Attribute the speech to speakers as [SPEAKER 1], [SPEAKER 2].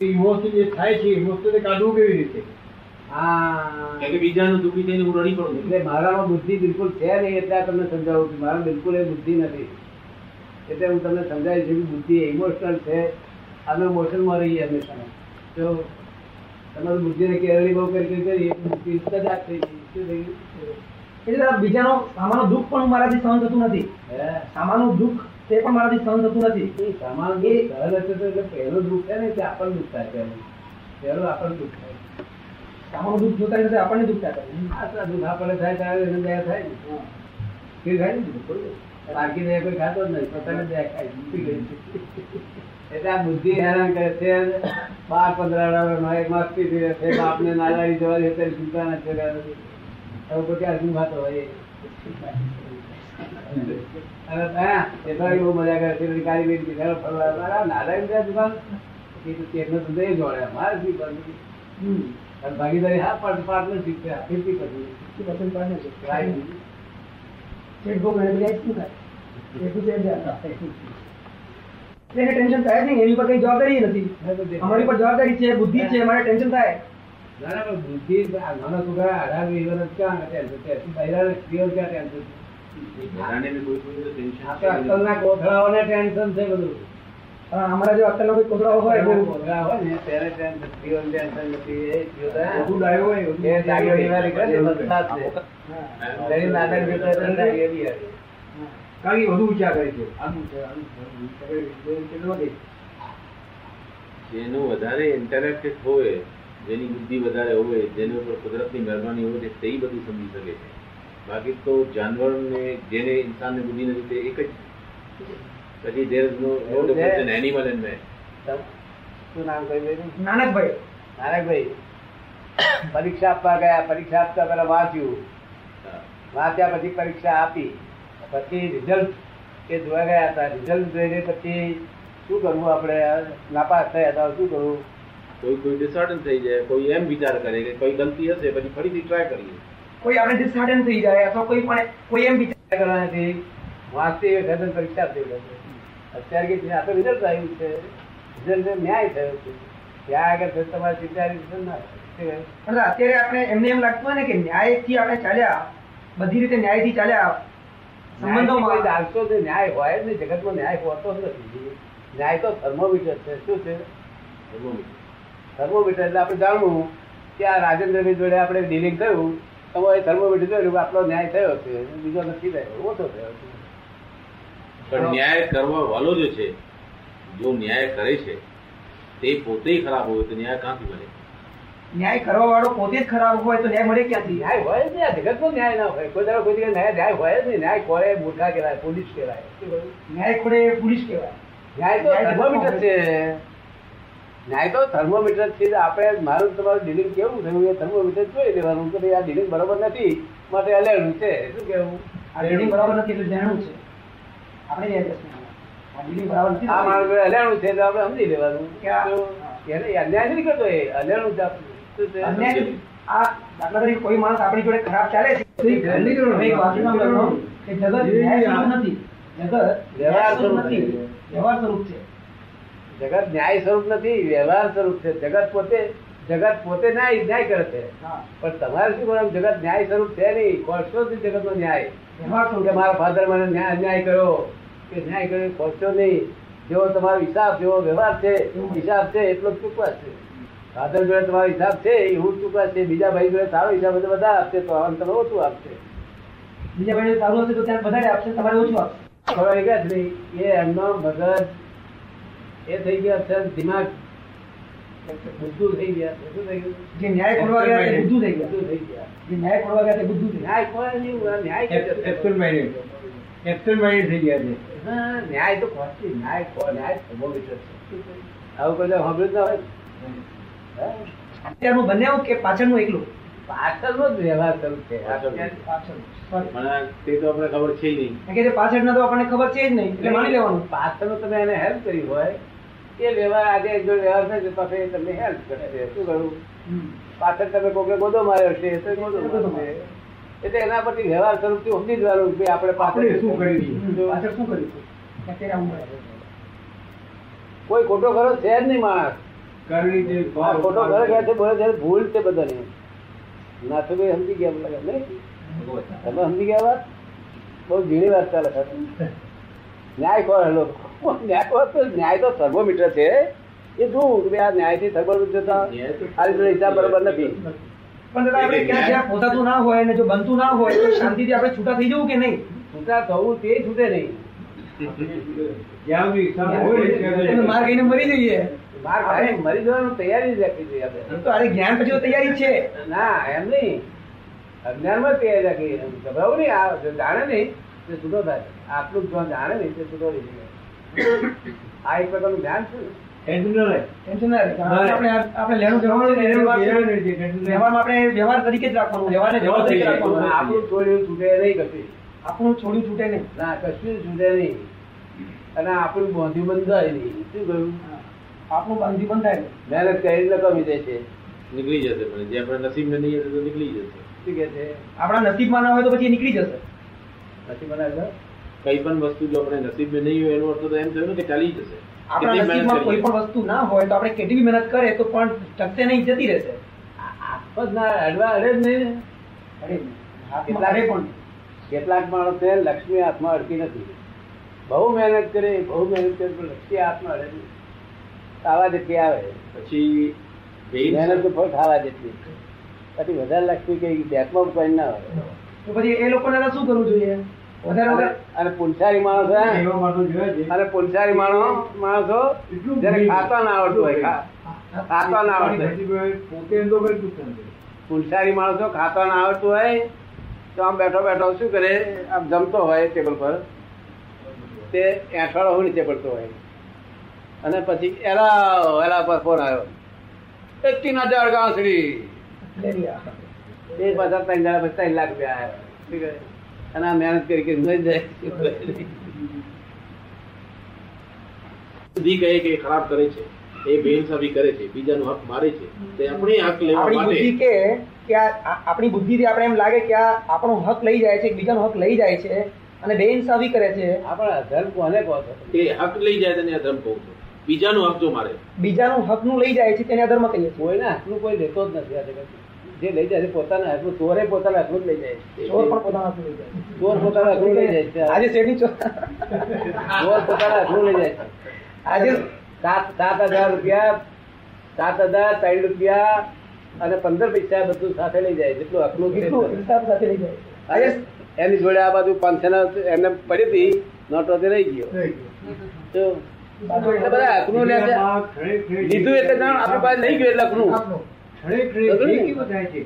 [SPEAKER 1] Emotion જે થાય છે ઇમોશન કાઢવું કેવી રીતે
[SPEAKER 2] હા
[SPEAKER 3] કેમ કે બીજાનું દુઃખી થઈને હું રડી પડું
[SPEAKER 2] એટલે મારામાં બુદ્ધિ બિલકુલ છે નહીં એટલે આ તમને સમજાવું છું મારા બિલકુલ એ બુદ્ધિ નથી એટલે હું તમને સમજાવી છું કે બુદ્ધિ ઇમોશનલ છે અમે ઇમોશનમાં રહીએ હંમેશા તો તમારી બુદ્ધિને કેરળી બહુ કરી કરી કરી બુદ્ધિ સજા થઈ ગઈ શું થઈ ગયું
[SPEAKER 4] એટલે આ બીજાનો સામાનો દુઃખ પણ મારાથી સહન થતું નથી
[SPEAKER 2] હે
[SPEAKER 4] સામાનું દુઃખ તે પણ મારાથી સહન થતું નથી
[SPEAKER 2] એ સામાન એ સહન હશે તો એટલે પહેલું દુઃખ છે ને તે આપણને દુઃખ થાય પહેલું પહેલું આપણને દુઃખ થાય
[SPEAKER 4] સામાનું દુઃખ જોતા રહેશે આપણને દુઃખ થાય
[SPEAKER 2] આ તો દુઃખ આપણને થાય ત્યારે એને દયા થાય ને તે થાય ને બિલકુલ. બાકી દયા કોઈ ખાતો જ નહીં પોતાને દયા ખાય શું કહ્યું? એટલે આ બુદ્ધિ હેરાન કરે છે બાર પંદર અઢારનો એક મસ્તી થઈ રહે છે બાપને નાલાડી જવા દે ત્યારે સુતા નથી રહ્યા નથી. હવે કોઈ ક્યાં ઊંઘ ખાતો હોય એ. અને હા, એ તો એ બહુ મજા કરે છે પેલી કાળી બેન બિચારો ફરવા આવે. અરે આ નાલાયક છે આ દુકાન. એ તો તેમનો ધંધો એ જોડે. મારે શું કરવું? અને ભાગીદારી હા પાર્ટ- પાર્ટનરશીપ છે આ ફિફ્ટી પર્સન્ટ
[SPEAKER 4] ટેન્શન થાય જ નહીં એની પર કઈ જવાબદારી નથી અમારી પર જવાબદારી છે બુદ્ધિ છે મારે ટેન્શન થાય
[SPEAKER 2] ના, ના, પણ બુદ્ધિ આ નાના છોકરા અઢાર વીસ વર્ષ ક્યાં ટેન્શન છે બૈરાને સ્ત્રીઓ ક્યાં ટેન્શન
[SPEAKER 3] બધાને બી કોઈ કોઈ તો
[SPEAKER 2] છે
[SPEAKER 3] ટેન્શન
[SPEAKER 2] આ તો
[SPEAKER 3] છે.
[SPEAKER 2] અક્કલના ગોથળાઓને ટેન્શન છે બધું
[SPEAKER 4] પણ અમારા જો અત્યારના કોઈ કોથળાઓ હોય
[SPEAKER 2] અક્કલના
[SPEAKER 4] બહુ
[SPEAKER 2] ગોથળા હોય ને ત્યારે ટેન્શન સ્ત્રીઓને ટેન્શન નથી એ સ્ત્રીઓ તો હા,
[SPEAKER 1] બધું ડાયો હોય એવું.
[SPEAKER 2] એ દાગીની વાળી કરે ને, બધા જ છે.
[SPEAKER 4] હા.
[SPEAKER 2] ઘણી નાટક જોતા હોય તો દાગીની વાળી.
[SPEAKER 1] કારણ કે બધું વિચાર કરે છે આનું છે આનું છે, આનું છે, આનું છે, આનું છે, આનું છે.
[SPEAKER 3] જેનું વધારે ઇન્ટરેક્ટેડ હોય જેની બુદ્ધિ વધારે હોય જેની ઉપર કુદરતની મહેરબાની હોય તે ઈ બધું સમજી શકે છે બાકી તો જાનવરને જેને ઇન્સાનને બુદ્ધિ નથી તે એક જ છે. પછી there is no- no difference in animal and man.
[SPEAKER 2] તમ- શું નામ કહી દેજો?
[SPEAKER 4] નાનકભાઈ
[SPEAKER 2] નાનકભાઈ પરીક્ષા આપવા ગયા પરીક્ષા આપતા પેલા વાંચ્યું
[SPEAKER 3] હા.
[SPEAKER 2] વાંચ્યા પછી પરીક્ષા આપી પછી રિઝલ્ટ એ જોવા ગયા હતા રિઝલ્ટ જોઈને પછી શું કરવું આપણે નાપાસ થયા હતા શું કરવું
[SPEAKER 3] કોઈ કોઈ dishearten થઈ જાય કોઈ એમ વિચાર કરે કે કોઈ ગલતી હશે પછી ફરીથી ટ્રાય કરીએ
[SPEAKER 4] કોઈ આપણે ડિસહાર્ડન થઈ જાય અથવા કોઈ પણ કોઈ એમ વિચાર
[SPEAKER 2] શું કરવાથી વાંચતી વખતે પરીક્ષા આપતી વખતે અત્યારે કે આ તો રિઝલ્ટ આવ્યું છે રિઝલ્ટ ન્યાય થયો છે ત્યાં આગળ તો તમારે સિત્યારી રિઝલ્ટ ના થાય.
[SPEAKER 4] પણ અત્યારે આપણે એમને એમ લાગતું હોય ને કે ન્યાયથી આપણે ચાલ્યા બધી રીતે ન્યાયથી ચાલ્યા
[SPEAKER 2] ન્યાયથી કોઈ
[SPEAKER 4] સંબંધોમાં
[SPEAKER 2] ચાલતો જ નહીં. ન્યાય હોય જ નહીં જગતમાં ન્યાય હોતો જ નથી ન્યાય તો થર્મોમીટર છે શું છે થર્મોમીટર એટલે આપણે જાણવું કે આ રાજેન્દ્રભાઈ જોડે આપણે ડીલિંગ કર્યું તો એ થર્મોમીટર જોયું આપણો ન્યાય થયો છે બીજો નથી થયો ઓછો થયો છે
[SPEAKER 3] પણ ન્યાય કરવા વાલો જો છે જો ન્યાય કરે છે તે પોતે ખરાબ હોય તો ન્યાય ક્યાંથી બને
[SPEAKER 4] ન્યાય કરવા વાળો પોતે જ ખરાબ હોય તો ન્યાય મળે ક્યાંથી
[SPEAKER 2] ન્યાય હોય જ નહીં આ જગતમાં ન્યાય ના હોય કોઈ દાડો કોઈ જગ્યાએ ન્યાય ન્યાય હોય જ નહીં ન્યાય કોળે મૂર્ખા કહેવાય પોલીસ કહેવાય શું કહ્યું?
[SPEAKER 4] ન્યાય ખોડે પોલીસ કહેવાય
[SPEAKER 2] ન્યાય તો
[SPEAKER 4] ન્યાય
[SPEAKER 2] થર્મોમીટર છે ન્યાય તો થર્મોમીટર છે એટલે આપણે મારું ને તમારું ડીલિંગ કેવું થયું એ થર્મોમીટર જોઈ લેવાનું કે ભાઈ આ ડીલિંગ બરોબર નથી માટે અલેર્ટ છે શું કેવું
[SPEAKER 4] આ reading બરાબર નથી એટલે જાણવું છે આપણે ન્યાય પ્રશ્ન આ reading બરાબર નથી
[SPEAKER 2] આ માણસ અલેણું છે એટલે આપણે સમજી લેવાનું કે આ
[SPEAKER 4] હા.
[SPEAKER 2] એને અન્યાય નથી કરતો એ અલેણું જ આપણું. શું છે?
[SPEAKER 4] અન્યાય આ દાખલા તરીકે કોઈ માણસ આપણી જોડે ખરાબ ચાલે છે તો એ ઘરની જોડે નહીં, એક વાતનું નામ લખો કે જગત ન્યાય સ્વરૂપ નથી જગત
[SPEAKER 2] વ્યવહાર સ્વરૂપ છે.
[SPEAKER 4] વ્યવહાર સ્વરૂપ નથી વ્યવહાર સ્વરૂપ છે
[SPEAKER 2] જગત ન્યાય સ્વરૂપ નથી વ્યવહાર સ્વરૂપ છે જગત પોતે જગત પોતે ન્યાય ન્યાય કરે છે
[SPEAKER 4] હા
[SPEAKER 2] પણ તમારે શું કરવાનું જગત ન્યાય સ્વરૂપ છે નહીં કોર્ટોથી જગતનો ન્યાય
[SPEAKER 4] વ્યવહાર સ્વરૂપ
[SPEAKER 2] કે મારા ફાધર મને ન્યાય અન્યાય કર્યો કે ન્યાય કર્યો ખોટો નહીં જેવો તમારો હિસાબ જેવો વ્યવહાર છે હિસાબ છે એટલો જ ચૂકવાશે ફાધર જોડે તમારો હિસાબ છે એ હું ચૂકવાશે બીજા ભાઈ જોડે સારો હિસાબ હશે બધા આપશે તો આમ તમે ઓછું આપશે
[SPEAKER 4] બીજા ભાઈને સારું હશે તો ત્યાં વધારે આપશે તમારે ઓછું આપશે
[SPEAKER 2] ખબર ગયા જ નહીં એ એમનો મગજ એ થઈ ગયા છે દિમાગ બુદ્ધુ થઈ ગયા છે. શું થઈ ગયું
[SPEAKER 4] જે ન્યાય ખોરવા ગયા તે બુદ્ધુ થઈ ગયા
[SPEAKER 2] બુદ્ધુ થઈ ગયા
[SPEAKER 4] જે ન્યાય ખોરવા ગયા તે બુદ્ધુ થઈ ગયા
[SPEAKER 2] ન્યાય કોણ નહીં આ ન્યાય
[SPEAKER 1] Abs-
[SPEAKER 2] કેમ
[SPEAKER 1] absent
[SPEAKER 2] છે?
[SPEAKER 1] minded. Absent minded થઈ ગયા છે
[SPEAKER 2] હા, ન્યાય તો ખોટી ન્યાય ખો- ન્યાય થર્મોમીટર છે આવું કોઈ દાડો સાંભળ્યું જ ના હોય હા?
[SPEAKER 4] અત્યારનું બન્યું કે પાછળનું એકલું
[SPEAKER 2] પાછળનો જ વ્યવહાર કરું છે
[SPEAKER 3] પાછળનો.
[SPEAKER 4] પાછળ સોરી
[SPEAKER 3] પણ આ- તે તો આપણે ખબર છે ય નહીં
[SPEAKER 4] કે જે પાછળના તો આપણને ખબર છે જ નહીં એટલે માની લેવાનું
[SPEAKER 2] પાછળનો તમે એને હેલ્પ કરી હોય એ વ્યવહાર આજે જો વ્યવહાર થાય તો પાસે એ તમને હેલ્પ કરશે શું કરું પાછળ તમે કોકને ગોદો માર્યો છે તો એ ગોદો મારશે. એટલે એના પરથી વ્યવહાર સ્વરૂપથી સમજી જવાનું કે આપણે
[SPEAKER 1] આપણે
[SPEAKER 2] પાછળ
[SPEAKER 1] શું કરી દઈએ?
[SPEAKER 4] હમ. પાછળ શું કરીશું અત્યારે આવું મળે
[SPEAKER 2] કોઈ ખોટો ખરો છે જ નહીં માણસ
[SPEAKER 1] કરણી જે ભાવ-
[SPEAKER 2] ખોટો કરે કે છે, બોલે છે, ભૂલ છે બધાની નાથુભાઈ સમજી ગયા એમ લાગે નહીં તમે સમજી ગયા વાત બહુ ઝીણી વાત ચાલે છે ન્યાય કોણ હલો ન્યાય કોણ તો ન્યાય તો થર્મોમીટર છે એ જોવું કે ભાઈ આ ન્યાયથી થર્મોમીટર જોતા આ રીતે હિસાબ બરોબર નથી
[SPEAKER 4] પણ દાદા આપણે ક્યાં જ્યાં પોતાતું ના હોય અને જો બનતું ના હોય તો શાંતિથી આપણે છૂટા થઈ જવું કે નહીં
[SPEAKER 2] છૂટા થવું તે છૂટે નહીં
[SPEAKER 1] જ્યાં બી હિસાબ હોય ત્યાં
[SPEAKER 4] તમે
[SPEAKER 1] બી-
[SPEAKER 4] માર ખાઈને મરી જઈએ
[SPEAKER 2] માર ખાઈ મરી જવાનું તૈયારી જ રાખવી જોઈએ આપણે
[SPEAKER 4] એ તો આને જ્ઞાન પછી તો તૈયારી જ છે
[SPEAKER 2] ના એમ નહીં અજ્ઞાનમાં તૈયારી રાખી એમ ગભરાવું નહીં આ જો જાણે નહીં તે છૂટો થાય આટલું જો જાણે નહીં તે છૂટો થઈ જાય આ એક પ્રકારનું ધ્યાન છે ને
[SPEAKER 1] એડમિરલ
[SPEAKER 4] ટેન્શન ના રહે. આપણે આપણે લેણું જવાનું ને લેણું
[SPEAKER 1] વ્યવહાર
[SPEAKER 4] આપવાનું.
[SPEAKER 1] ને જે એડમિરલ.
[SPEAKER 4] વ્યવહારમાં આપણે વ્યવહાર તરીકે જ રાખવાનું વ્યવહારને વ્યવહાર તરીકે રાખવાનું
[SPEAKER 2] આપણું છોડ્યું છૂટે નહીં કશું
[SPEAKER 4] આપણું છોડ્યું છૂટે નહીં
[SPEAKER 2] ના કશું છૂટે નહીં અને આપણું બોંધ્યું બંધાય નહીં શું કહ્યું
[SPEAKER 4] આપણું બાંધી બંધ થાય નહીં.
[SPEAKER 2] મહેનત કરીને કમી દે છે
[SPEAKER 3] નીકળી જશે પણ જે આપણા નસીબમાં નહીં હશે તો નીકળી જશે
[SPEAKER 2] શું કે છે
[SPEAKER 4] આપણા નસીબમાં ના હોય તો પછી એ નીકળી જશે
[SPEAKER 2] નથી બનાવ્યો
[SPEAKER 3] કઈ પણ વસ્તુ જો આપણે નસીબમાં નહીં હોય એનો અર્થ તો એમ થયો ને કે ચાલી જશે
[SPEAKER 4] આપણા
[SPEAKER 3] કેટલી મહેનત
[SPEAKER 4] નસીબમાં કોઈ
[SPEAKER 3] કરીએ.
[SPEAKER 4] પણ વસ્તુ ના હોય તો આપણે કેટલી બી મહેનત કરે તો પણ ટકશે નહીં જતી રહેશે
[SPEAKER 2] આપત ના અડવા અડે જ નહીં ને.
[SPEAKER 4] અરે
[SPEAKER 2] કેટલા-
[SPEAKER 4] અરે પણ
[SPEAKER 2] કેટલાક માણસને લક્ષ્મી હાથમાં અડતી નથી બહુ મહેનત કરે બહુ મહેનત કરે પણ લક્ષ્મી હાથમાં અડે નહીં ખાવા જેટલી આવે
[SPEAKER 3] પછી
[SPEAKER 2] મહેનત
[SPEAKER 3] બે
[SPEAKER 2] તો ફળ ખાવા જેટલી પછી વધારે લક્ષ્મી કઈ બેકમાં કોઈ ના આવે
[SPEAKER 4] તો પછી એ લોકોને હવે શું કરવું જોઈએ વધારે વધારે
[SPEAKER 2] અને- અને પુલસારી માણસ હે
[SPEAKER 1] એવા માણસો જોયા છે.
[SPEAKER 2] અને પુલસારી માણો માણસો
[SPEAKER 1] એટલું
[SPEAKER 2] જેને
[SPEAKER 1] ભૂલી
[SPEAKER 2] ખાતા ના આવડતું હોય ખા- ખાતા ના આવડતું
[SPEAKER 1] પોતાની ભાઈ પોતે એમ તો કઈ પૂછતા નથી.
[SPEAKER 2] પુલસારી માણસો ખાતા ના આવડતું હોય તો આમ બેઠો બેઠો શું કરે આમ જમતો હોય ટેબલ પર તે એઠવાડો હોય નીચે પડતો હોય અને પછી એલા એલા પર ફોન આવ્યો એકટીન હજાર ગાંસડી એ પાછા ત્રણ હજાર પછી ત્રણ લાખ રૂપિયા આવ્યા શું કરે? અને આ મહેનત કરી કરી નહીં જાય
[SPEAKER 3] સુધી કહે કે ખરાબ કરે છે એ ભેણસાવી કરે છે બીજાનો હક મારે છે તે આપણે હક લેવા
[SPEAKER 4] આપણી
[SPEAKER 3] માટે
[SPEAKER 4] બુદ્ધિ કે કે આ- આ- આપણી બુદ્ધિથી આપણે એમ લાગે કે આ આપણો હક લઈ જાય છે બીજાનો હક લઈ જાય છે અને બે ઇન્સાફી કરે છે
[SPEAKER 2] આપણા ધર્મ કોને કહો છો
[SPEAKER 3] તે હક લઈ જાય તેને અધર્મ કહું છું બીજાનો હક જો મારે
[SPEAKER 4] બીજાનું હકનું લઈ જાય છે તેને અધર્મ કહીએ છીએ
[SPEAKER 2] કોઈના હાથનું કોઈ લેતો જ નથી આ જગત જે લઈ જાય છે પોતાના હાથનું ચોરે પોતાના હાથનું જ લઈ જાય છે.
[SPEAKER 4] ચોર પણ પોતાનું હકનું લઈ જાય
[SPEAKER 2] ચોર પોતાના હાથનું લઈ જાય
[SPEAKER 4] છે
[SPEAKER 2] છે
[SPEAKER 4] આજે શેઠની ચોર
[SPEAKER 2] ચોર પોતાના હાથનું લઈ જાય છે
[SPEAKER 4] આજે
[SPEAKER 2] સાત સાત હજાર રૂપિયા સાત હજાર ત્રણ રૂપિયા અને પંદર પૈસા બધું સાથે લઈ જાય જેટલું આટલું
[SPEAKER 4] કેટલું ઇન્સાફ સાથે લઈ જાય છે
[SPEAKER 2] અરે એની જોડે આ બાજુ પેન્શન એમને પડી હતી નોટો તે રહી ગયો
[SPEAKER 1] થઈ ગયું.
[SPEAKER 2] તો એટલે બધા આકરું લે છે
[SPEAKER 1] દુનિયામાં ખરેખર
[SPEAKER 2] લીધું એટલે જાણ આપણી પાસે લઈ ગયું એટલે આકરું
[SPEAKER 1] ખરેખર
[SPEAKER 2] ખરું ને?
[SPEAKER 1] જે કિંમત થાય છે